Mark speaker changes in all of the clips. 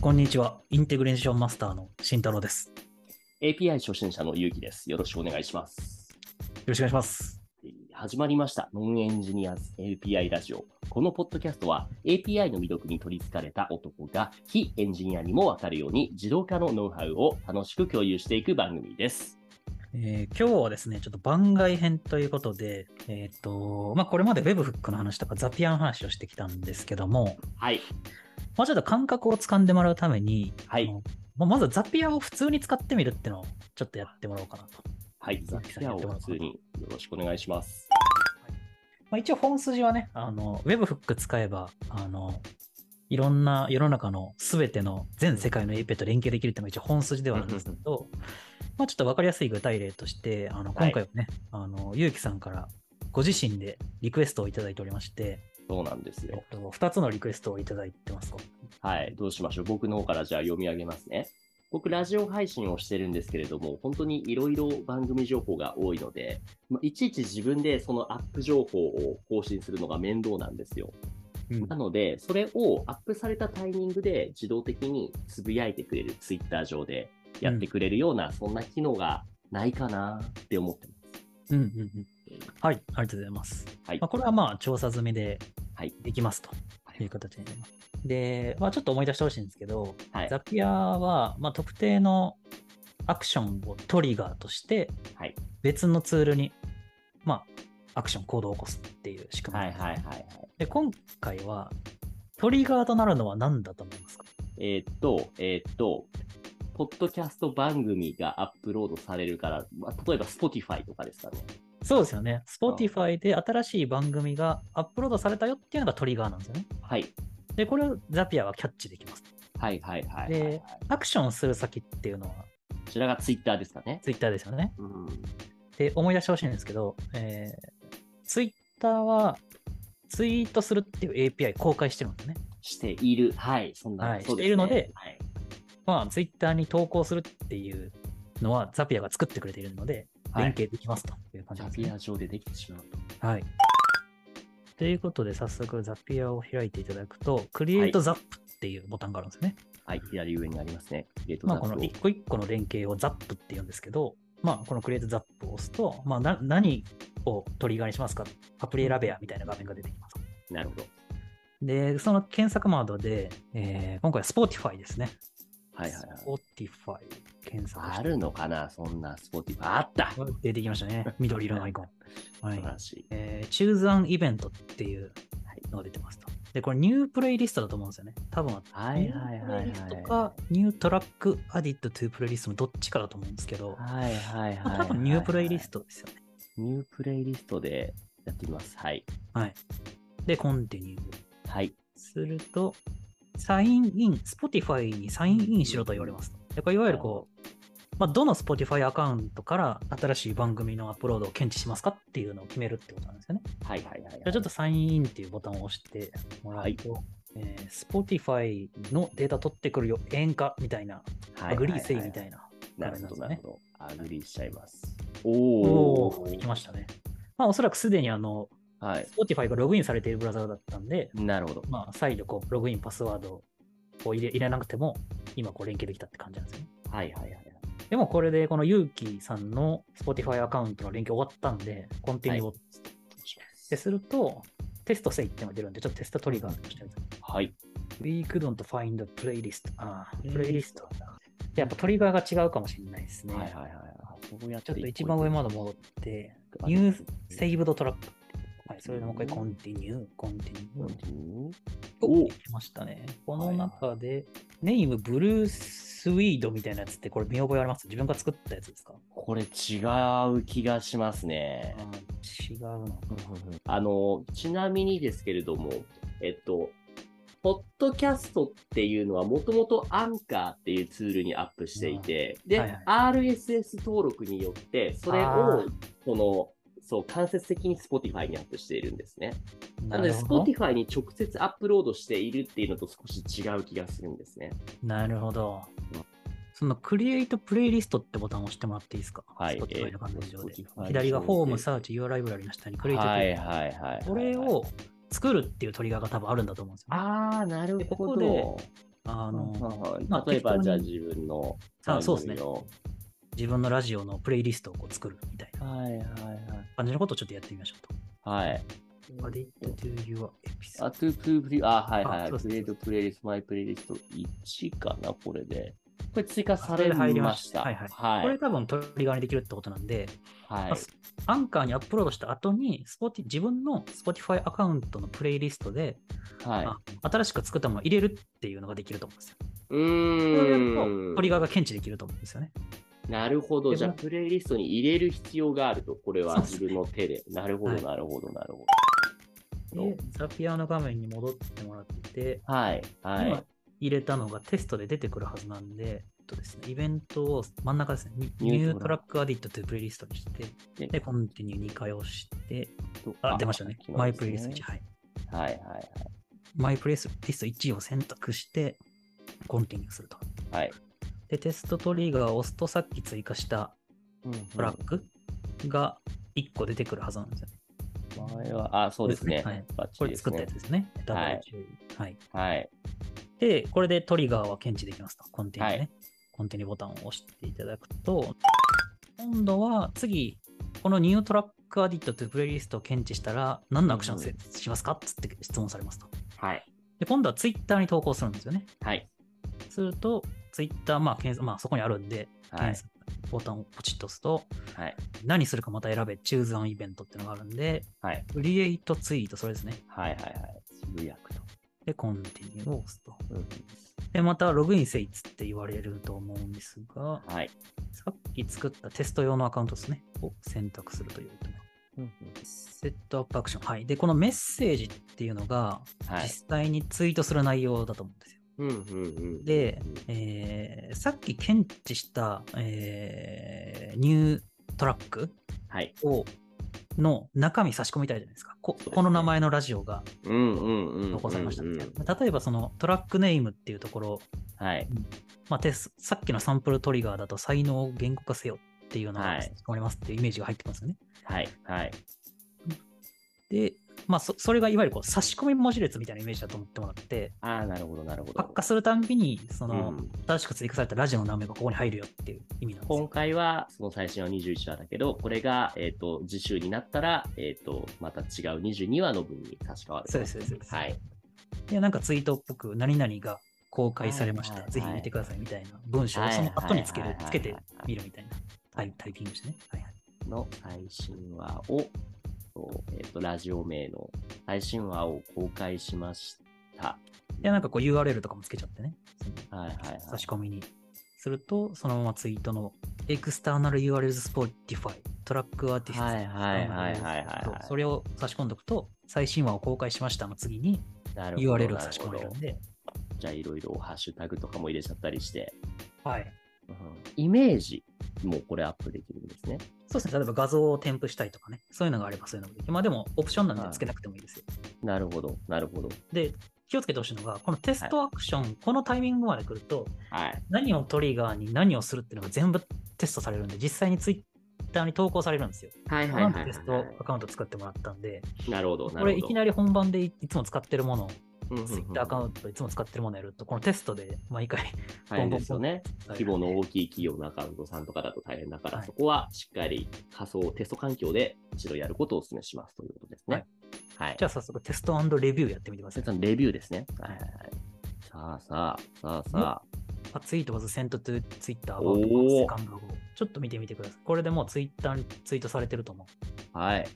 Speaker 1: こんにちは。インテグレーションマスターの慎太郎です。よ
Speaker 2: API 初心者のゆうきです。よろしくお願いします。
Speaker 1: ろしくお願いします。
Speaker 2: えー始まりました。ノンエンジニアズ API ラジオ。このポッドキャストは API の魅力に取り憑かれた男が非エンジニアにもわかるように自動化のノウハウを楽しく共有していく番組です。
Speaker 1: えー今日はですね、ちょっと番外編ということで、えっ、と、まあ、これまで Webhook の話とかザピアの話をしてきたんですけども、
Speaker 2: はい。
Speaker 1: まあ、ちょっと感覚をつかんでもらうために、
Speaker 2: は
Speaker 1: あ
Speaker 2: い。
Speaker 1: のまあまずザピアを普通に使ってみるっていうのをちょっとやってもらおうかなと。
Speaker 2: はい。
Speaker 1: ザ
Speaker 2: ザ
Speaker 1: ピ
Speaker 2: ピ
Speaker 1: ア
Speaker 2: ア
Speaker 1: を
Speaker 2: を
Speaker 1: 普
Speaker 2: 普
Speaker 1: 通
Speaker 2: 通
Speaker 1: に
Speaker 2: によろしくお願いします。
Speaker 1: まあ、一応本筋はね、あの、Webhook 使えば、あの、いろんな世の中のすべての全世界の API と連携できるっていうのが一応本筋ではあるんですけど、まあちょっとわかりやすい具体例として、あの、今回はね、あの、ゆうきさんからご自身でリクエストをいただいておりまして、
Speaker 2: そうなんです
Speaker 1: えっ
Speaker 2: よ。
Speaker 1: と、2つのリクエストをいただいてますと。
Speaker 2: はい。どうしましょう。僕の方からじゃあ読み上げますね。僕、ラジオ配信をしてるんですけれども、本当にいろいろ番組情報が多いので、まあいちいち自分でそのアップ情報を更新するのが面倒なんですよ。なので、それをアップされたタイミングで自動的につぶやいてくれる、ツイッター上でやってくれるような、そんな機能がないかなって思ってます。
Speaker 1: うんうんうん。はい、ありがとうございます。
Speaker 2: はい
Speaker 1: まあ、これはまあ調査済みで
Speaker 2: はい
Speaker 1: できますと
Speaker 2: はい
Speaker 1: いう形になります。で、まあ、ちょっと思い出してほしいんですけど、
Speaker 2: はい
Speaker 1: ザピアはまあ特定のアクションをトリガーとして
Speaker 2: はい
Speaker 1: 別のツールに、まあ、アクション行動を起こすっていう仕組み
Speaker 2: は
Speaker 1: ないんです、
Speaker 2: はいはいはい。
Speaker 1: で今回はトリガーとなるのは何だと思いますか
Speaker 2: えーっと、えーっと、ポッドキャスト番組がアップロードされるから、まあ、例えば Spotify とかですかね。
Speaker 1: そうですよね。Spotify で新しい番組がアップロードされたよっていうのがトリガーなんですよね。
Speaker 2: はい。
Speaker 1: で、これをザピアはキャッチできます。
Speaker 2: はいはいはいはい、はい
Speaker 1: で。、アクションする先っていうのは
Speaker 2: こちらが Twitter ですかね。
Speaker 1: Twitter ですよね。
Speaker 2: うん。
Speaker 1: で、思い出してほしいんですけど、えー、Twitter はツイートするっていう API 公開してるんですね。
Speaker 2: している。はい。そんな、
Speaker 1: はい
Speaker 2: そ
Speaker 1: して
Speaker 2: うすね
Speaker 1: いるので
Speaker 2: はい。
Speaker 1: まあ、Twitter に投稿するっていうのはザピアが作ってくれているので、
Speaker 2: はい
Speaker 1: 連携できますという感じ
Speaker 2: ジ
Speaker 1: で
Speaker 2: ャ
Speaker 1: す
Speaker 2: ビ
Speaker 1: ね
Speaker 2: ア。上でできてしまうと。
Speaker 1: はい。ということで、早速ザピアを開いていただくと、Create Zap っていうボタンがあるんですよね。
Speaker 2: はい。左上にありますね。えーっと、
Speaker 1: まあ、この
Speaker 2: ザップを
Speaker 1: 一個一個の連携を Zap って言うんですけど、まあ、この Create Zap を押すと、まあ、な何をトリガーにしますかアプリラベアみたいな画面が出てきます。
Speaker 2: なるほど。
Speaker 1: で、その検索窓で、えー今回は Spotify ですね。
Speaker 2: はいはいはい。
Speaker 1: Spotify 検索
Speaker 2: あ
Speaker 1: して
Speaker 2: るのかなそんな Spotify。あった素
Speaker 1: 出てきました ね。緑色のアイコン。はい
Speaker 2: 晴。らしい。
Speaker 1: えー、Choose an Event っていうのが出てますと。で、これニュープレイリストだと思うんですよね。多分、
Speaker 2: はいはいはいはい。
Speaker 1: ニュープレイリストか、ニュートラックアディットトゥープレイリストのどっちかだと思うんですけど、
Speaker 2: はいはいはい
Speaker 1: ま
Speaker 2: は
Speaker 1: あ
Speaker 2: い。
Speaker 1: 多分ニュープレイリストですよね。
Speaker 2: ニュープレイリストでやってみます。はい。
Speaker 1: はい。で、コンティニュー
Speaker 2: はい。
Speaker 1: すると、サインイン、Spotify にサインインしろと言われます。だからいわゆるこう、まあ、どの Spotify アカウントから新しい番組のアップロードを検知しますかっていうのを決めるってことなんですよね。じ
Speaker 2: はいはいはい、
Speaker 1: ゃあちょっとサインインっていうボタンを押してもらうと、えー Spotify のデータ取ってくるよ、円化みたいな、
Speaker 2: と、
Speaker 1: アグリーセイみた
Speaker 2: い
Speaker 1: いな。
Speaker 2: な。なるほど、なるほど。アグリーしちゃいます。お
Speaker 1: お
Speaker 2: お
Speaker 1: お、いきましたね。まあおそらくすでにあの、
Speaker 2: た。はい。
Speaker 1: Spotify がログインされているブラウザーだったんで、
Speaker 2: なるほど。
Speaker 1: まあ、再度こうログインパスワードを入れ入れなくても、今こう連携できたって感じなんですよね。
Speaker 2: はいはいはいはい。
Speaker 1: でもこれでこのゆうきさんの Spotify アカウントの連携終わったんで、コンティニューを、ですると、テストせいっていうのが出るんで、ちょっとテストトリガーとしてみて。
Speaker 2: はい。
Speaker 1: We couldn't find a playlist. ああ、プレイリスト。やっぱトリガーが違うかもしれないですね。
Speaker 2: はいはいはいはい。そうやって
Speaker 1: ちょっと一番上まで戻って、ニューセーブドトラック。はい、それでもう一回コンティニュー、コンティニュー。
Speaker 2: お
Speaker 1: お来ましたね。この中で、ネイムブルースウィードみたいなやつって、これ見覚えあります自分が作ったやつですか
Speaker 2: これ違う気がしますね。
Speaker 1: 違うの。
Speaker 2: あの、ちなみにですけれども、えっと、ポッドキャストっていうのはもともとアンカーっていうツールにアップしていて、で、
Speaker 1: はい
Speaker 2: RSS 登録によって、それ
Speaker 1: あ
Speaker 2: を、この、そう、間接的に Spotify にアップしているんですね。なので、
Speaker 1: るほど。
Speaker 2: Spotify に直接アップロードしているっていうのと少し違う気がするんですね。
Speaker 1: なるほど
Speaker 2: うん。
Speaker 1: そのクリエイトプレイリストってボタンを押してもらっていいですか
Speaker 2: はいえ
Speaker 1: Spotify
Speaker 2: ー
Speaker 1: の画面上で
Speaker 2: Spotify 上。で
Speaker 1: 左がホーム、サーチ、Your Library の下にクリエイトプ
Speaker 2: は
Speaker 1: レイ
Speaker 2: い
Speaker 1: リスト。
Speaker 2: はいはい。
Speaker 1: これ。を作るっていうトリガーが多分あるんだと思うんですよね。
Speaker 2: あー、なる
Speaker 1: でこ
Speaker 2: ほ
Speaker 1: こで
Speaker 2: ど。
Speaker 1: あの、
Speaker 2: はい
Speaker 1: まあ
Speaker 2: 例えば、
Speaker 1: 適
Speaker 2: じゃ
Speaker 1: 当
Speaker 2: あ
Speaker 1: に
Speaker 2: 自分の
Speaker 1: あ
Speaker 2: 番
Speaker 1: そうです
Speaker 2: 組
Speaker 1: ね。
Speaker 2: の。
Speaker 1: 自分のラジオのプレイリストをこう作るみたいな
Speaker 2: はいはい
Speaker 1: 感じのことをちょっとやってみましょうと。
Speaker 2: はい。はい。
Speaker 1: Add it to your
Speaker 2: あ、
Speaker 1: episode.
Speaker 2: トゥープープリ、あ、はいは
Speaker 1: あ
Speaker 2: い。
Speaker 1: そうそう
Speaker 2: クリエ
Speaker 1: そ
Speaker 2: イ
Speaker 1: う
Speaker 2: トプレイリスト、マイプレイリスト1かな、これで。これ追加さ
Speaker 1: それ
Speaker 2: れ
Speaker 1: で入り
Speaker 2: ま
Speaker 1: ま
Speaker 2: し。
Speaker 1: したた
Speaker 2: はい
Speaker 1: こ
Speaker 2: は
Speaker 1: れ
Speaker 2: い。
Speaker 1: 多分トリガーにできるってことなんで、
Speaker 2: は
Speaker 1: まあ
Speaker 2: い。
Speaker 1: アンカーにアップロードした後に、スポティ自分の Spotify アカウントのプレイリストで、
Speaker 2: はい。
Speaker 1: あ新しく作ったものを入れるっていうのができると思うんですよ。
Speaker 2: う
Speaker 1: それをやる
Speaker 2: ー
Speaker 1: と
Speaker 2: ん
Speaker 1: ト。リガーが検知できると思うんですよね。
Speaker 2: なるほど。
Speaker 1: で
Speaker 2: じゃあ、
Speaker 1: ま
Speaker 2: プレイリストに入れる必要があると、これは
Speaker 1: そうです
Speaker 2: 自分の手で。なるほど、
Speaker 1: はい
Speaker 2: なるほど、なるほど
Speaker 1: で。、ザピアの画面に戻ってもらって、
Speaker 2: はい、はい。
Speaker 1: 今入れたのがテストで出てくるはずなんで、えっとですね、イベントを真ん中ですね、ニ
Speaker 2: ニ
Speaker 1: ニュ
Speaker 2: ュート
Speaker 1: ー
Speaker 2: ラ
Speaker 1: トラックアディットというプレイリストにして、
Speaker 2: で
Speaker 1: で、コンティニュー2回押して、
Speaker 2: と
Speaker 1: あ、出ましたね。
Speaker 2: 昨日です
Speaker 1: マイプレイリスト1、はい。
Speaker 2: はい、はい、はい。
Speaker 1: マイプレイリスト1を選択して、コンティニューすると。
Speaker 2: はい。
Speaker 1: で、テストトリガーを押すと、さっき追加したトラックが1個出てくるはずなんですよね。
Speaker 2: 前は、あ、そうですね。
Speaker 1: はい
Speaker 2: バッチ
Speaker 1: これ
Speaker 2: リです
Speaker 1: 作ったや
Speaker 2: ね
Speaker 1: つ。ですね。
Speaker 2: は
Speaker 1: はい。
Speaker 2: い
Speaker 1: はい。
Speaker 2: はい。
Speaker 1: で、これでトリガーは検知できますと。コンティニューね。コンティニューボタンを押していただくと、今度は次、このニュートラックアディットというプレイリストを検知したら、何のアクションせしますかつって質問されますと。
Speaker 2: はい。
Speaker 1: で、今度はツイッターに投稿するんですよね。
Speaker 2: はい。す
Speaker 1: すると、ツイッター、まあ、検索まあ、そこにあるんで、
Speaker 2: はい
Speaker 1: 検。索ボタンをポチッと押すと、
Speaker 2: はい。
Speaker 1: 何するかまた選べ、チューズアンイベントっていうのがあるんで、
Speaker 2: はい。
Speaker 1: クリエイトツイート、それですね。
Speaker 2: はい。はい。はい。つぶやくと。
Speaker 1: で、コンティニューを押すと。
Speaker 2: うん
Speaker 1: で、またログインせいつって言われると思うんですが、
Speaker 2: はい。
Speaker 1: さっき作ったテスト用のアカウントですね、を選択するというと。セットアップアクション。はい。で、このメッセージっていうのが、
Speaker 2: はい
Speaker 1: 実。際にツイートする内容だと思うんですよ。
Speaker 2: うんうんうん
Speaker 1: で、えーさっき検知した、えーニュートラック
Speaker 2: はい。
Speaker 1: を、の中身差し込みたいじゃないですか。こ
Speaker 2: うですね
Speaker 1: この名前のラジオが
Speaker 2: うんうんうんうん。
Speaker 1: 残されましたみたい
Speaker 2: うん
Speaker 1: な。例えばそのトラックネームっていうところ
Speaker 2: うんはい。
Speaker 1: まあ、テスさっきのサンプルトリガーだと才能を言語化せよっていうような
Speaker 2: はい
Speaker 1: が仕込まれますっていうイメージが入ってますよね。
Speaker 2: はい。はい。
Speaker 1: で、まあそ、それがいわゆるこう差し込み文字列みたいなイメージだと思ってもらって、
Speaker 2: ああ、なるほど、なるほど
Speaker 1: 発。火するたんびに、その、
Speaker 2: うん
Speaker 1: 新しく追加されたラジオの名前がここに入るよっていう意味なんです
Speaker 2: 今
Speaker 1: よ。
Speaker 2: 回はその最新は21話だけど、これが、えっと次週になったら、えっとまた違う22話の分に差し替わる。
Speaker 1: そうです、そうです。そうです
Speaker 2: はい。
Speaker 1: で、なんかツイートっぽく、何々が公開されました、
Speaker 2: はいはいはい
Speaker 1: ぜひ見てくださいみたいな文章を
Speaker 2: はい
Speaker 1: その後につけ
Speaker 2: はい
Speaker 1: る
Speaker 2: はいはい
Speaker 1: つけてみるみたいな、タイタイピングしてね。はいはい
Speaker 2: の最新話を、そうえっとラジオ名の最新話を公開しました。
Speaker 1: で、なんかこう URL とかもつけちゃってね。
Speaker 2: はいはいはい。
Speaker 1: 差し込みにすると、そのままツイートのエクスターナル URL Spotify トラックアーティスト
Speaker 2: はいはいはいはいはいはい
Speaker 1: とそれを差し込んでおくと、最新話を公開しましたの次に
Speaker 2: なるほど
Speaker 1: URL を差し込め
Speaker 2: な
Speaker 1: るん
Speaker 2: ほど
Speaker 1: で、
Speaker 2: じゃあいろいろハッシュタグとかも入れちゃったりして、
Speaker 1: はい、
Speaker 2: うんイメージもこれアップできるんですね。
Speaker 1: そうですね、例えば画像を添付したいとかね、そういうのがあればそういうのもできる。まあでも、オプションなん
Speaker 2: は
Speaker 1: で
Speaker 2: い
Speaker 1: つけなくてもいいですよ。
Speaker 2: なるほど、なるほど。
Speaker 1: で、気をつけてほしいのが、このテストアクション、このタイミングまで来ると、
Speaker 2: はい。
Speaker 1: 何をトリガーに何をするっていうのが全部テストされるんで、実際にツイッターに投稿されるんですよ。
Speaker 2: はいはい
Speaker 1: な
Speaker 2: は
Speaker 1: ん
Speaker 2: い
Speaker 1: で
Speaker 2: はい
Speaker 1: テストアカウント作ってもらったんで、
Speaker 2: なるほど、なるほど。
Speaker 1: これいきなり本番でいいつも使ってるものを、
Speaker 2: り
Speaker 1: ツイッターアカウントいつも使ってるものやると、このテストで毎回、
Speaker 2: 大変ですよ
Speaker 1: ボン
Speaker 2: ね。
Speaker 1: ボンボン
Speaker 2: 規模の大きい企業のアカウントさんとかだと大変だから、
Speaker 1: はい
Speaker 2: そこはしっかり仮想テスト環境で一度やることをお勧めしますということですね。はい。
Speaker 1: じ
Speaker 2: じ
Speaker 1: ゃ
Speaker 2: ゃ
Speaker 1: あ早速テストレビューやってみてください。
Speaker 2: あ、レビューですね。はいはいはい。さあさあ、さあさ
Speaker 1: あツイートまずセントトゥツイッターアバ
Speaker 2: お
Speaker 1: ウト
Speaker 2: ー
Speaker 1: セカンドちょっと見てみてください。これでもうツイッターにツイートされてると思う。
Speaker 2: あ、はい。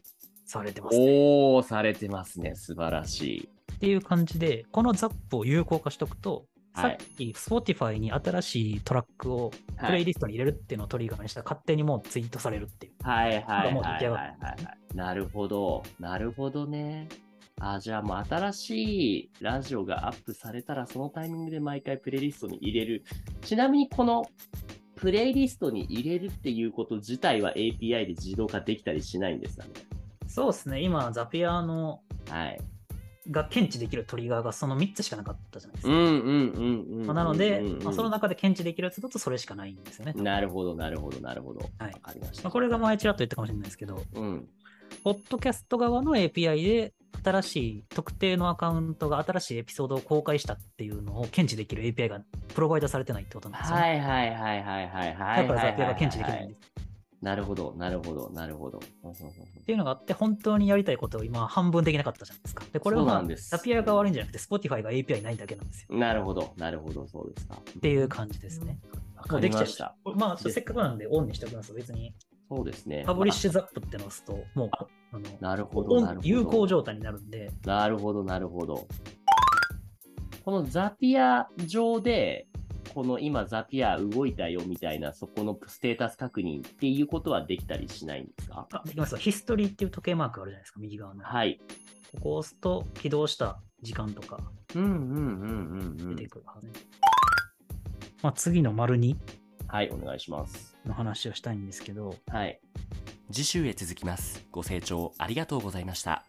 Speaker 1: されてます、ね。
Speaker 2: おー、されてますね。素晴らしい。
Speaker 1: っていう感じで、このザップを有効化しておくと、さ
Speaker 2: はい
Speaker 1: っき Spotify に新しいトラックを
Speaker 2: はい
Speaker 1: プレイリストに入れるっていうのをトリガーにしたら、勝手にもうツイートされるっていう。
Speaker 2: はいはい
Speaker 1: も
Speaker 2: は
Speaker 1: う出
Speaker 2: い
Speaker 1: 来上
Speaker 2: は
Speaker 1: が
Speaker 2: いはい。なるほど。なるほどね。あ、じゃあもう新しいラジオがアップされたらそのタイミングで毎回プレイリストに入れる。ちなみにこのプレイリストに入れるっていうこと自体は API で自動化できたりしないんですかね。
Speaker 1: そうですね、今、ザピアの
Speaker 2: はい。
Speaker 1: が検知できるトリガーがその3つしかなかったじゃないですか
Speaker 2: うんうんうんうんうんうんうん。
Speaker 1: まあなので、まあ、その中で検知できるやつだとそれしかないんですよね。ま
Speaker 2: なるほどなるほどなるほど。
Speaker 1: はい
Speaker 2: わかりました。
Speaker 1: あ、これが前ちらっと言ったかもしれないですけど、
Speaker 2: うん。
Speaker 1: ポッドキャスト側の API で新しい特定のアカウントが新しいエピソードを公開したっていうのを検知できる API がプロバイドされてないってことなんですよね。
Speaker 2: はいはいはいはいはいは
Speaker 1: だ
Speaker 2: い。
Speaker 1: から雑用が検知できないんです。
Speaker 2: なるほど、なるほど、なるほど。うんうんうん
Speaker 1: っていうのがあって、本当にやりたいことを今、半分できなかったじゃないですか。で、これは、
Speaker 2: そう
Speaker 1: ま
Speaker 2: なん
Speaker 1: あ、
Speaker 2: です
Speaker 1: ザピアが悪いんじゃなくて、Spotify が API ないだけなんですよ。
Speaker 2: なるほど、なるほど、そうですか。
Speaker 1: っていう感じですね。
Speaker 2: わかりました。
Speaker 1: まあ、せっかくなんでオンにしておきます。別に、
Speaker 2: そうですね。
Speaker 1: パブリッシュザップってのを押すと、もう、あの、
Speaker 2: なるほど、
Speaker 1: オ
Speaker 2: なる
Speaker 1: ン
Speaker 2: ほど。
Speaker 1: 有効状態になるんで、
Speaker 2: なるほど、なるほど。このザピア上で、この今ザピア動いたよみたいな、そこのステータス確認っていうことはできたりしないんですか
Speaker 1: あ、できますよヒストリーっていう時計マークあるじゃないですか、右側の。
Speaker 2: はい。
Speaker 1: ここを押すと、起動した時間とか
Speaker 2: うんうんうんうんう
Speaker 1: 出
Speaker 2: ん
Speaker 1: て。くるはずね。まあ、次の丸2
Speaker 2: はい、お願いします。
Speaker 1: の話をしたいんですけど、
Speaker 2: はい。次週へ続きます。ご清聴ありがとうございました。